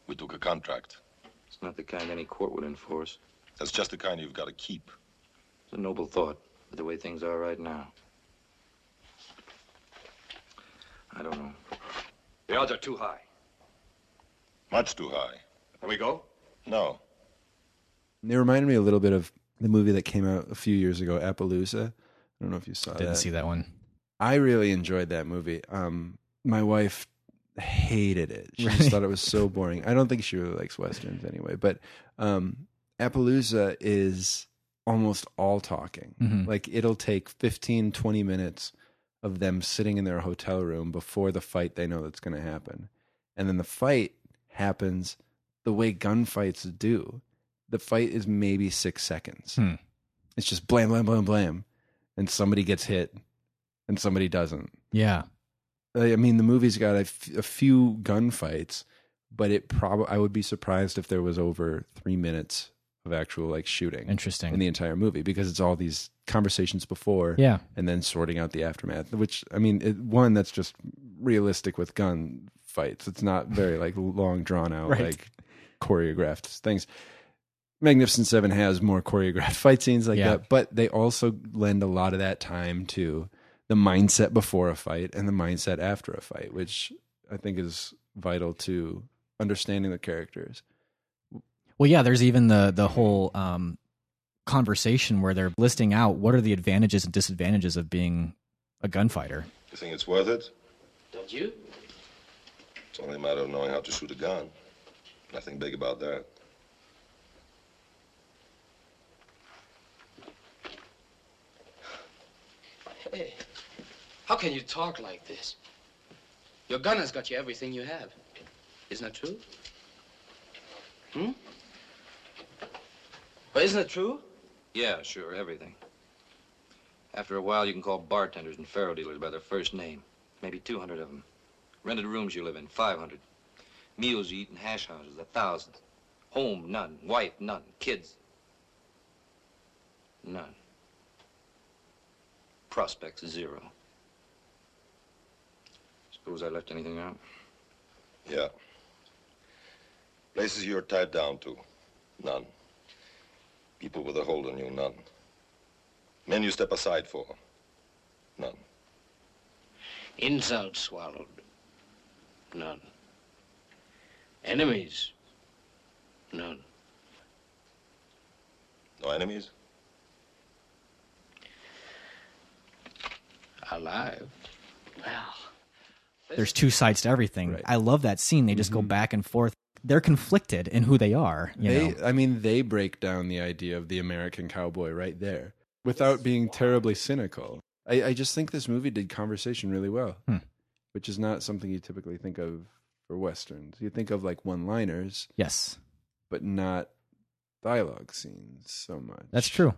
We took a contract.
It's not the kind any court would enforce.
That's just the kind you've got to keep.
It's a noble thought, but the way things are right now. I don't know.
The odds are too high.
Much too high.
Can we go?
No.
They reminded me a little bit of the movie that came out a few years ago, Appaloosa. I don't know if you saw
didn't
that.
see that one
I really enjoyed that movie. Um, my wife hated it. She
Right.
just thought it was so boring. I don't think she really likes westerns anyway. But um, Appaloosa is almost all talking.
Mhm.
Like it'll take 15, 20 minutes of them sitting in their hotel room before the fight they know that's going to happen. And then the fight happens the way gunfights do. The fight is maybe six seconds.
Hmm.
It's just blam, blam, blam, blam. And somebody gets hit and somebody doesn't.
Yeah.
I mean, the movie's got a, f- a few gunfights, but it probably I would be surprised if there was over three minutes of actual like shooting
Interesting.
in the entire movie because it's all these conversations before
yeah.
and then sorting out the aftermath. Which I mean, it, one that's just realistic with gun fights. It's not very like long drawn out
Right.
like choreographed things. Magnificent Seven has more choreographed fight scenes like
Yeah.
that, but they also lend a lot of that time to the mindset before a fight and the mindset after a fight, which I think is vital to understanding the characters.
Well, yeah, there's even the the whole um, conversation where they're listing out what are the advantages and disadvantages of being a gunfighter.
You think it's worth it?
Don't you?
It's only a matter of knowing how to shoot a gun. Nothing big about that.
Hey, how can you talk like this? Your gun has got you everything you have. Isn't that true? Hmm? Well, isn't it true?
Yeah, sure, everything. After a while, you can call bartenders and faro dealers by their first name. Maybe 200 of them. Rented rooms you live in, 500. Meals you eat in hash houses, a thousand. Home, none. Wife, none. Kids, none. Prospects, zero. Suppose I left anything out?
Yeah. Places you're tied down to, none. People with a hold on you, none. Men you step aside for, none.
Insult swallowed. None. Enemies. None.
No enemies?
Alive. Well.
There's two sides to everything.
Right. Mm-hmm.
I love that scene. They just go back and forth. They're conflicted in who they are. You
they,
know?
I mean, they break down the idea of the American cowboy right there without being terribly cynical. I, I just think this movie did conversation really well,
Hmm.
which is not something you typically think of for westerns. You think of like one-liners,
Yes,
but not dialogue scenes so much.
that's true.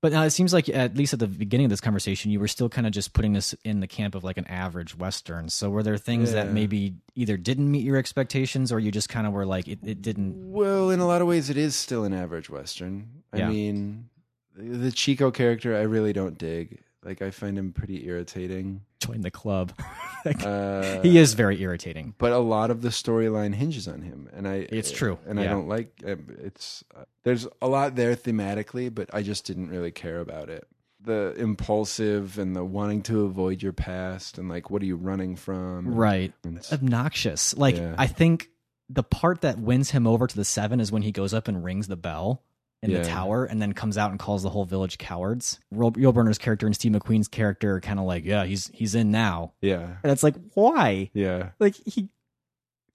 But now it seems like at least at the beginning of this conversation, you were still kind of just putting this in the camp of like an average western. So were there things that
Yeah.
maybe either didn't meet your expectations, or you just kind of were like it, it didn't?
Well, in a lot of ways, it is still an average western. I
Yeah.
mean, the Chico character, I really don't dig. Like, I find him pretty irritating.
Join the club.
Uh,
he is very irritating.
but a lot of the storyline hinges on him and i eh,
It's true,
and i
yeah.
don't like it's uh, there's a lot there thematically but i just didn't really care about it the impulsive and the wanting to avoid your past and like what are you running from
right
And-
obnoxious like
Hmm. Yeah.
i think the part that wins him over to the seven is when he goes up and rings the bell in
Yeah.
the tower and then comes out and calls the whole village cowards Rob- Yulberner's character and steve mcqueen's character are kind of like yeah he's he's in now
yeah
and it's like why
yeah
like he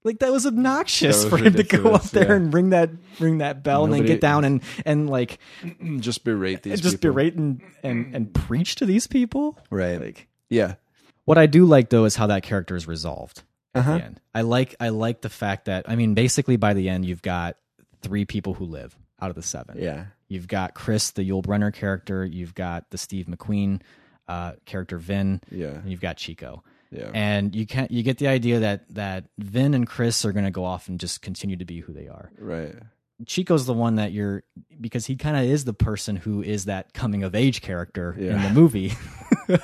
like that was obnoxious
That
for
was
him to go up
ridiculous,
there
yeah.
and ring that ring that bell and then
Nobody-
get down and and like
just berate these
just
people.
berate and, and and preach to these people
right
like
yeah
what I do like though is how that character is resolved at
Uh-huh.
the end. I like I like the fact that I mean basically by the end you've got three people who live out of the seven.
yeah
You've got Chris, the Yul Brenner character, you've got the Steve McQueen uh, character Vin,
yeah
and you've got Chico.
yeah
And you can not you get the idea that that Vin and Chris are gonna go off and just continue to be who they are.
right
Chico's the one that you're because he kind of is the person who is that coming of age character in
Yeah.
the movie.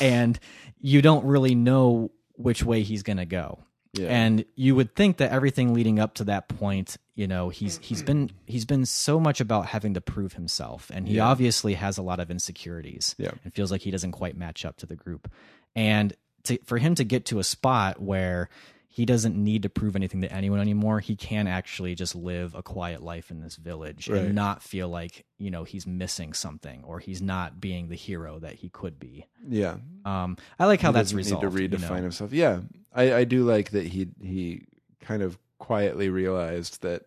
and you don't really know which way he's going to go.
yeah
And you would think that everything leading up to that point, you know, he's
Mm-hmm.
he's been he's been so much about having to prove himself and he
Yeah.
obviously has a lot of insecurities
Yeah.
and feels like he doesn't quite match up to the group. And to, for him to get to a spot where he doesn't need to prove anything to anyone anymore, he can actually just live a quiet life in this village
Right.
and not feel like, you know, he's missing something or he's not being the hero that he could be.
yeah
Um, I like how
Mm-hmm. He
that's
doesn't
resolved. you
Need to redefine
know.
himself. Yeah, I, I do like that he he kind of quietly realized that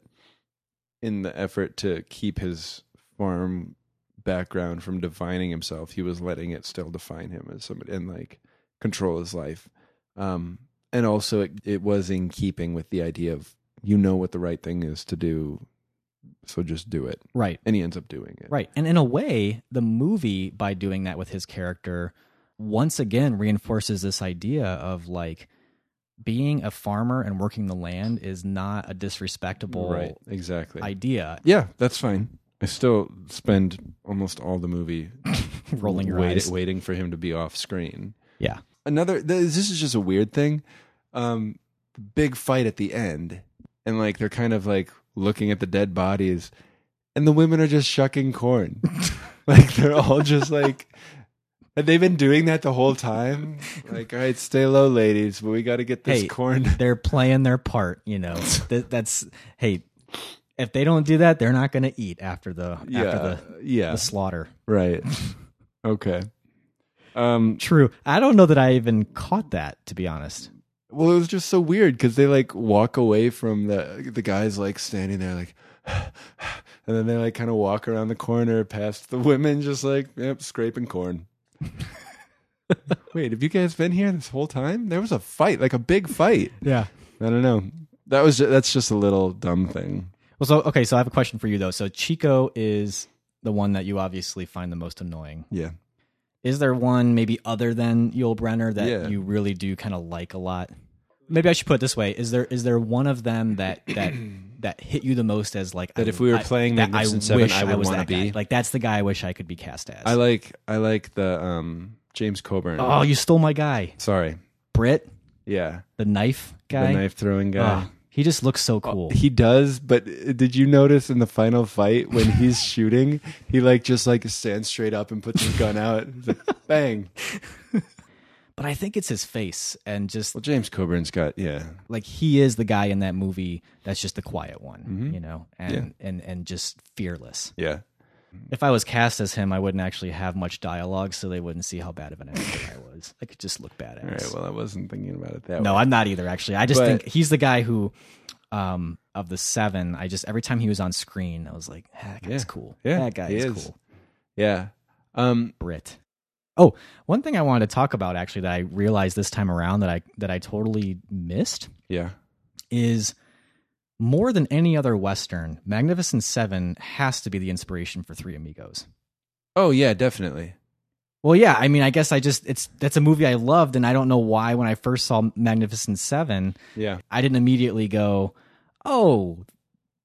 in the effort to keep his farm background from defining himself, he was letting it still define him as somebody and like control his life. Um, and also, it, it was in keeping with the idea of you know what the right thing is to do, so just do it.
Right.
And he ends up doing it.
Right. And in a way, the movie, by doing that with his character, once again reinforces this idea of like being a farmer and working the land is not a disrespectable
right. Exactly.
idea.
yeah, that's fine. I still spend almost all the movie
Rolling your
wait-
eyes.
waiting for him to be off screen.
Yeah.
another th- this is just a weird thing um big fight at the end and like they're kind of like looking at the dead bodies and the women are just shucking corn like they're all just like and they've been doing that the whole time like all right stay low ladies but we got to get this
Hey.
corn
They're playing their part, you know. that, that's hey, if they don't do that, they're not going to eat after the after
yeah
the,
yeah
the slaughter.
right okay um
True. I don't know that I even caught that to be honest.
Well, it was just so weird because they like walk away from the the guys like standing there like, and then they like kind of walk around the corner past the women just like yep, scraping corn. Wait, have you guys been here this whole time? There was a fight, like a big fight.
Yeah.
I don't know. That was ju- that's just a little dumb thing.
Well, so okay, so I have a question for you though. So Chico is the one that you obviously find the most annoying.
Yeah.
Is there one maybe other than Yul Brenner that
Yeah.
you really do kind of like a lot? Maybe I should put it this way: is there is there one of them that that that hit you the most as like
That if we were playing
that
Magnificent Seven, I would
was
wanna
that guy.
be?
like that's the guy I wish I could be cast as.
I like I like the um James Coburn.
oh, you stole my guy,
sorry.
Britt,
Yeah,
the knife guy.
the knife throwing guy.
Oh, he just looks so cool.
Uh, He does, but uh, did you notice in the final fight when he's shooting, he like just like stands straight up and puts his gun out, It's like, bang.
but I think it's his face and just
Well, James Coburn's got yeah,
like he is the guy in that movie that's just the quiet one,
Mm-hmm.
you know, and and and just fearless.
yeah.
If I was cast as him, I wouldn't actually have much dialogue, so they wouldn't see how bad of an actor I was. I could just look badass.
All right. Well, I wasn't thinking about it that
no,
way.
I'm not either. Actually, I just
But-
think he's the guy who, um, of the seven. I just every time he was on screen, I was like, "Ah, that guy's
Yeah.
cool.
Yeah,
that guy
he
is,
is.
cool.
Yeah. Um.
Brit. Oh, one thing I wanted to talk about actually that I realized this time around that I that I totally missed
Yeah.
is more than any other western, Magnificent Seven has to be the inspiration for Three Amigos.
Oh yeah, definitely.
Well, yeah, I mean, I guess I just it's that's a movie I loved, and I don't know why when I first saw Magnificent Seven,
Yeah.
I didn't immediately go, "Oh,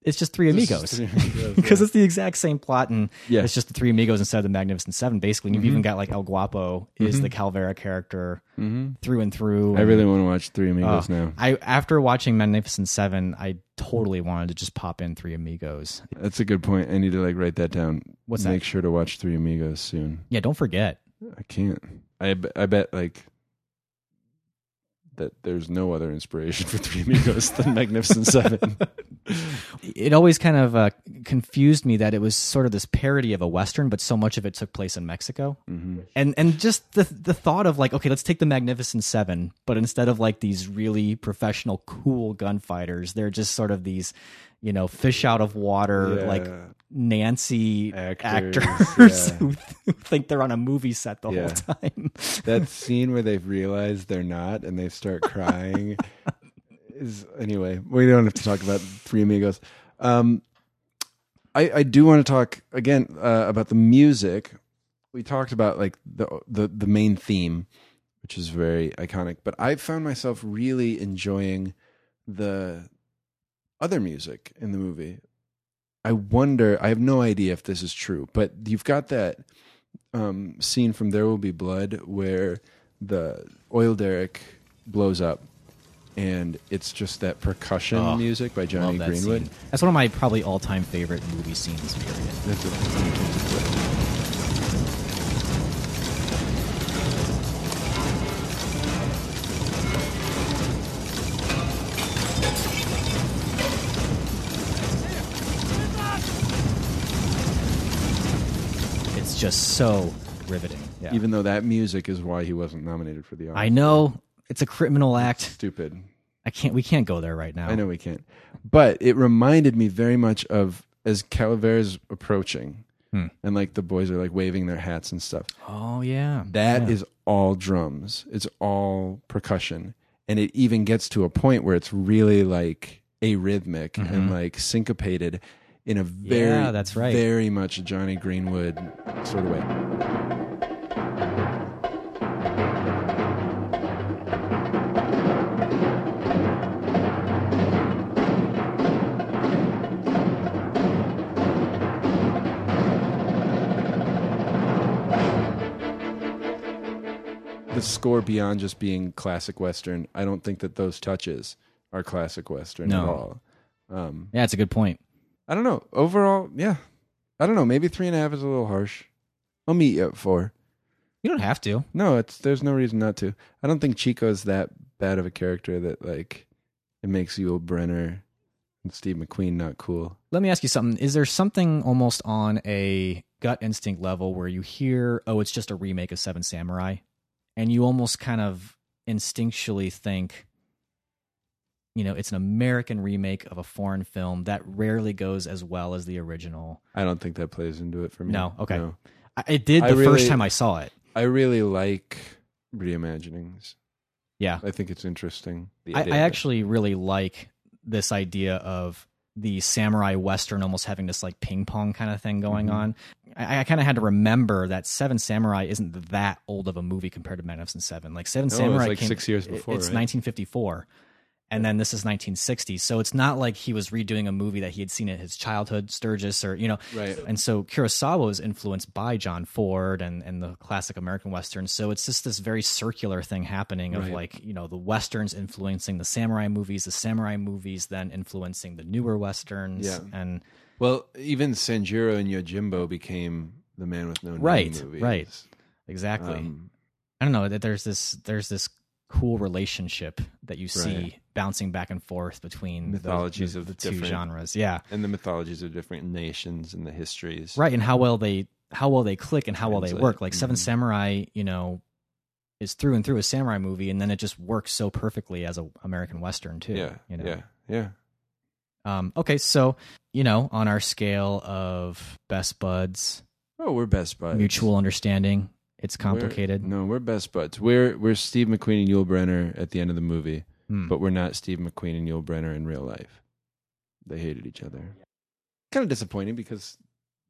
it's just Three Amigos," because it's the exact same plot, and
Yeah.
it's just the Three Amigos instead of the Magnificent Seven. Basically, and you've even got like El Guapo is the Calvera character
hmm
through and through.
I
and-
really want to watch Three Amigos
Oh,
now.
I after watching Magnificent Seven, I totally wanted to just pop in Three Amigos.
That's a good point. I need to like write that down.
What's that?
Make sure to watch Three Amigos soon.
Yeah, don't forget.
I can't. I b- I bet like that there's no other inspiration for Three Amigos than Magnificent Seven.
It always kind of uh, confused me that it was sort of this parody of a western, but so much of it took place in Mexico.
Mm-hmm.
And and just the the thought of like, okay, let's take the Magnificent Seven, but instead of like these really professional, cool gunfighters, they're just sort of these, you know, fish out of water,
Yeah.
like Nancy
Actors,
actors,
yeah.
who, who think they're on a movie set the
Yeah.
whole time.
that scene where they've realized they're not and they start crying is anyway. We don't have to talk about Three Amigos. Um, I I do want to talk again uh, about the music. We talked about like the the the main theme, which is very iconic. But I found myself really enjoying the other music in the movie. I wonder. I have no idea if this is true, but you've got that um, scene from There Will Be Blood where the oil derrick blows up, and it's just that percussion
Oh,
music by Johnny
Love that
Greenwood.
scene. That's one of my probably all time favorite movie scenes. Period.
That's it.
It's just so riveting. Yeah.
Even though that music is why he wasn't nominated for the Oscar.
I know it's a criminal act.
Stupid.
I can't. We can't go there right now.
I know we can't. But it reminded me very much of as Calavera's approaching,
Hmm.
and like the boys are like waving their hats and stuff.
Oh yeah.
That is
Yeah.
all drums. It's all percussion. And it even gets to a point where it's really like arrhythmic and like syncopated in a very
Mm-hmm. Yeah, that's right.
very much Johnny Greenwood sort of way. the score beyond just being classic Western. I don't think that those touches are classic Western at
No.
all. Um,
Yeah, it's a good point.
I don't know. Overall, yeah. I don't know. Maybe three and a half is a little harsh. I'll meet you at four.
You don't have to.
No, it's there's no reason not to. I don't think Chico's that bad of a character that like it makes Yul Brenner and Steve McQueen not cool.
Let me ask you something. Is there something almost on a gut instinct level where you hear, oh, it's just a remake of Seven Samurai? And you almost kind of instinctually think, you know, it's an American remake of a foreign film that rarely goes as well as the original.
I don't think that plays into it for me.
No, okay. I, it did the
I really-
first time I saw it.
I really like reimaginings.
Yeah.
I think it's interesting. The
I,
idea
I
that-
actually really like this idea of the samurai western almost having this like ping pong kind of thing
Mm-hmm.
going on. I, I kind of had to remember that Seven Samurai isn't that old of a movie compared to Magnificent Seven. Like Seven
No, it's
Samurai
Oh, like
came-
six years
it-
before,
It's
right?
1954, and then this is 1960. So it's not like he was redoing a movie that he had seen in his childhood, Sturgis, or you know.
Right.
And so Kurosawa was influenced by John Ford and and the classic American western. So it's just this very circular thing happening of
Right.
like you know the westerns influencing the samurai movies, the samurai movies then influencing the newer westerns.
Yeah.
And
Well, even Sanjiro and Yojimbo became the man with no name
Right,
movies.
right. exactly.
Um,
I don't know that there's this there's this cool relationship that you see
Right.
bouncing back and forth between those-
Mythologies
the,
of
the two
different-
genres. Yeah,
and the mythologies of different nations and the histories.
right. And how well they how well they click and how well they
Translate.
work. Like 7
Mhm.
Samurai, you know, is through and through a samurai movie, and then it just works so perfectly as a American western too.
Yeah.
you know?
Yeah. Yeah.
Um, okay, so you know, on our scale of best buds,
Oh, we're best buds.
mutual understanding, it's
We're-
complicated.
no, we're best buds. We're we're Steve McQueen and Yul Brenner at the end of the movie,
Hmm.
but we're not Steve McQueen and Yul Brenner in real life. They hated each other. Kind of disappointing because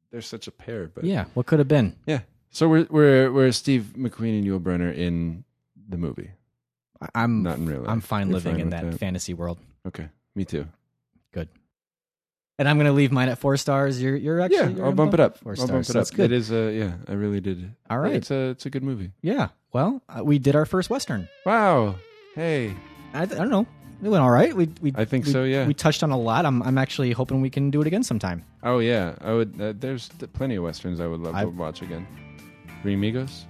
they're such a pair. But
yeah, what could have been?
yeah. So we're we're we're Steve McQueen and Yul Brenner in the movie,
I- I'm
not in real life.
Mm. I'm fine
You're
living in
with
that, fantasy world.
Okay, me too.
And I'm gonna leave mine at four stars. You're you're actually
yeah,
you're
I'll
gonna
bump it up.
4
I'll
stars.
bump it
That's
up.
good.
It is a yeah. I really did.
All right.
It's a it's a good movie.
yeah. Well, uh, we did our first western.
Wow. Hey.
I, th- I don't know. It went all right. We we
I think
we-
so, yeah.
We touched on a lot. I'm I'm actually hoping we can do it again sometime.
Oh yeah, I would. Uh, there's th- plenty of westerns I would love
I-
to watch again. Three Amigos.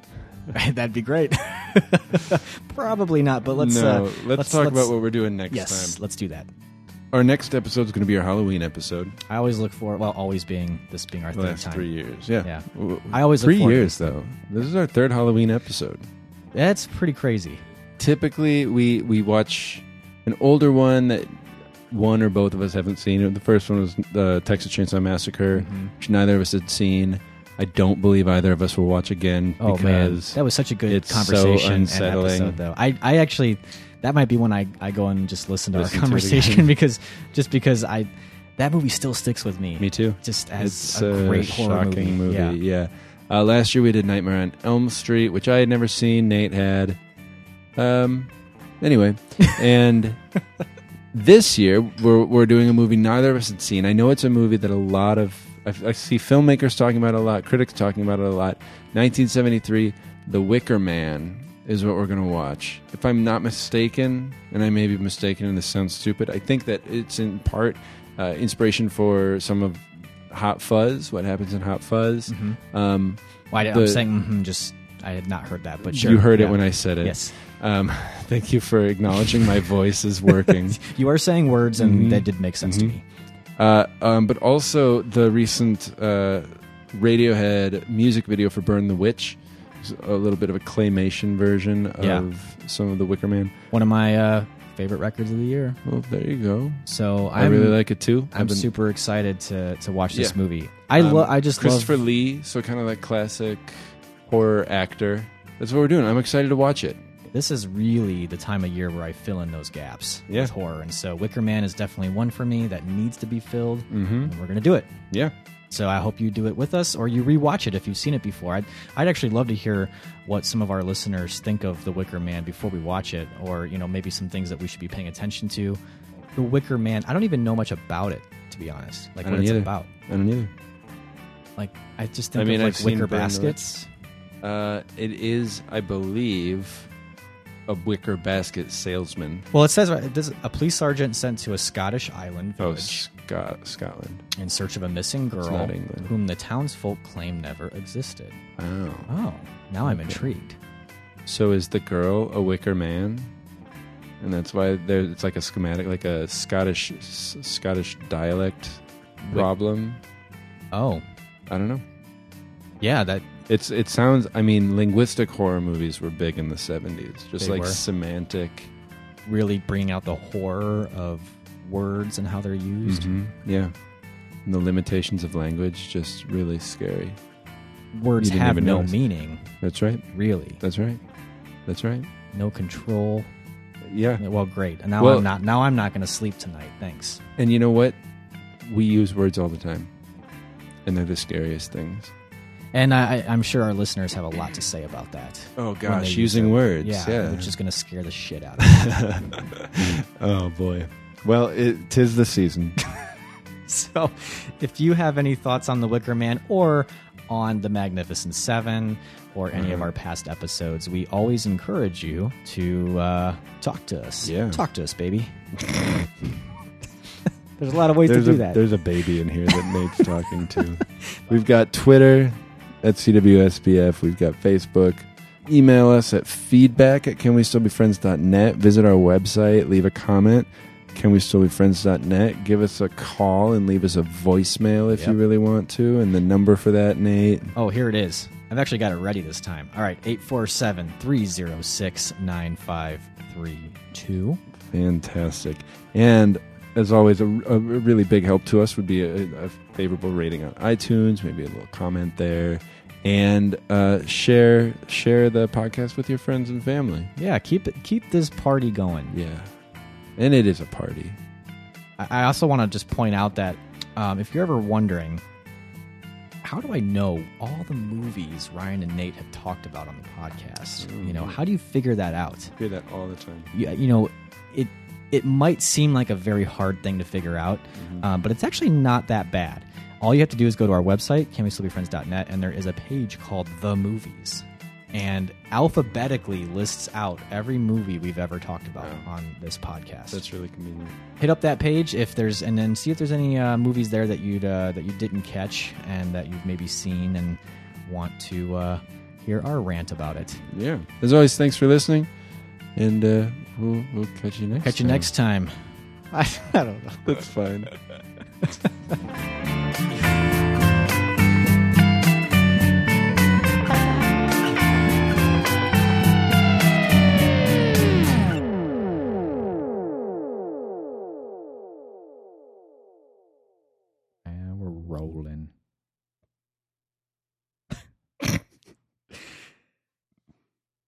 That'd be great. Probably not, but let's
no,
uh,
let's, talk about what we're doing next
Yes,
time.
let's do that.
Our next episode is going to be our Halloween episode.
I always look for well, always being this being our
The
third
last
time.
three years, yeah.
Yeah.
W- w-
I always look
three
forward to
years
this.
though. This is our third Halloween episode.
That's pretty crazy.
Typically, we we watch an older one that one or both of us haven't seen. The first one was the Texas Chainsaw Massacre,
Mm-hmm.
which neither of us had seen. I don't believe either of us will watch again
Oh man,
because
that was such a good
it's so
conversation and
unsettling.
episode, though. I, I actually, that might be when I, I go and just listen to
Listen to it
our conversation
again.
because just because I, that movie still sticks with me.
Me too.
Just as
it's
a great horror
shocking
movie.
Yeah. Uh, last year we did Nightmare on Elm Street, which I had never seen. Nate had. Um. Anyway, and this year we're we're doing a movie neither of us had seen. I know it's a movie that a lot of I, I see filmmakers talking about it a lot, critics talking about it a lot. 1973, The Wicker Man is what we're going to watch. If I'm not mistaken, and I may be mistaken, and this sounds stupid, I think that it's in part uh, inspiration for some of Hot Fuzz, what happens in Hot Fuzz.
Mm-hmm.
Um,
Why
The-
I'm saying mhm, just I had not heard that, but sure
you heard
yeah.
it when I said it.
Yes,
Um, thank you for acknowledging my voice is working.
you are saying words, and
Mhm.
that did make sense
Mhm.
to me.
Uh, um, but also the recent uh, Radiohead music video for "Burn the Witch," It's a little bit of a claymation version of
Yeah.
some of the Wicker Man.
One of my uh, favorite records of the year.
Well, there you go.
So
i
I'm
really like it too.
I'm
I've been-
super excited to to watch this
Yeah.
movie. I
um,
love. I just
Christopher
love.
Lee, so kind of like classic horror actor. That's what we're doing. I'm excited to watch it.
This is really the time of year where I fill in those gaps
Yeah.
with horror, and so Wicker Man is definitely one for me that needs to be filled,
Mm-hmm.
and we're gonna do it.
Yeah.
So I hope you do it with us, or you rewatch it if you've seen it before. I'd I'd actually love to hear what some of our listeners think of The Wicker Man before we watch it, or you know maybe some things that we should be paying attention to. The Wicker Man. I don't even know much about it to be honest, like
I
what
don't
it's
either.
about.
I don't either.
Like I just think
I mean,
of
I've
like
seen
wicker
Burn the Witch.
baskets.
Uh, it is, I believe, a wicker basket salesman.
Well, it says right, it does- a police sergeant sent to a Scottish island
Oh,
village
Scot- Scotland.
in search of a missing girl
not England.
whom the townsfolk claim never existed.
Oh.
Oh, now I'm intrigued.
So is the girl a wicker man? And that's why there it's like a schematic, like a Scottish S- Scottish dialect problem.
Oh,
I don't know.
yeah, that
It's it sounds. I mean, linguistic horror movies were big in the seventies, just
They
like
were.
semantic.
really bringing out the horror of words and how they're used.
Mm-hmm. Yeah, and the limitations of language just really scary.
Words
Mm-hmm. You didn't
have
even
no
notice.
meaning,
That's right.
really.
That's right. That's right.
No control.
Yeah.
Well, great. And now
Well-
I'm not. Now I'm not going to sleep tonight. Thanks.
And you know what? We use words all the time, and they're the scariest things.
And I, I- I'm sure our listeners have a lot to say about that.
Oh
when they
gosh,
use
using
them.
words.
yeah,
Yeah,
which is going to scare the shit out of me.
oh boy. Well, it tis the season.
so, if you have any thoughts on The Wicker Man or on The Magnificent Seven or any
Hmm.
of our past episodes, we always encourage you to uh, talk to us.
Yeah.
talk to us, baby. There's a lot of ways
there's
to do
a
that.
there's a baby in here that Nate's talking to. We've got Twitter at CWSBF. We've got Facebook. Email us at feedback at canwestillbefriends.net. Visit our website. Leave a comment. Canwestillbefriends.net. Give us a call and leave us a voicemail if you
Yep.
really want to. And the number for that, Nate.
Oh, here it is. I've actually got it ready this time. All right, 847 306 9532.
Fantastic. And as always, a, a really big help to us would be a, a favorable rating on iTunes, maybe a little comment there, and uh, share share the podcast with your friends and family.
Yeah, keep it, keep this party going.
Yeah, and it is a party.
I I also want to just point out that um, if you're ever wondering, how do I know all the movies Ryan and Nate have talked about on the podcast? You know, how do you figure that out?
hear that all the time.
You, you know, it it might seem like a very hard thing to figure out, um, but it's actually not that bad. All you have to do is go to our website, canwestillbefriends.net, and there is a page called The Movies. And alphabetically lists out every movie we've ever talked about on this podcast
That's really convenient.
hit up that page if there's and then see if there's any uh, movies there that you'd uh, that you didn't catch and that you've maybe seen and want to uh, hear our rant about it.
Yeah. As always, thanks for listening, and uh, we'll we'll catch you next.
Catch you
time.
next time. I, I don't know.
That's fine.
And we're rolling.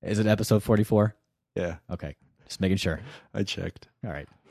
Is it episode forty four?
Yeah,
Okay, just making sure.
I checked.
All right.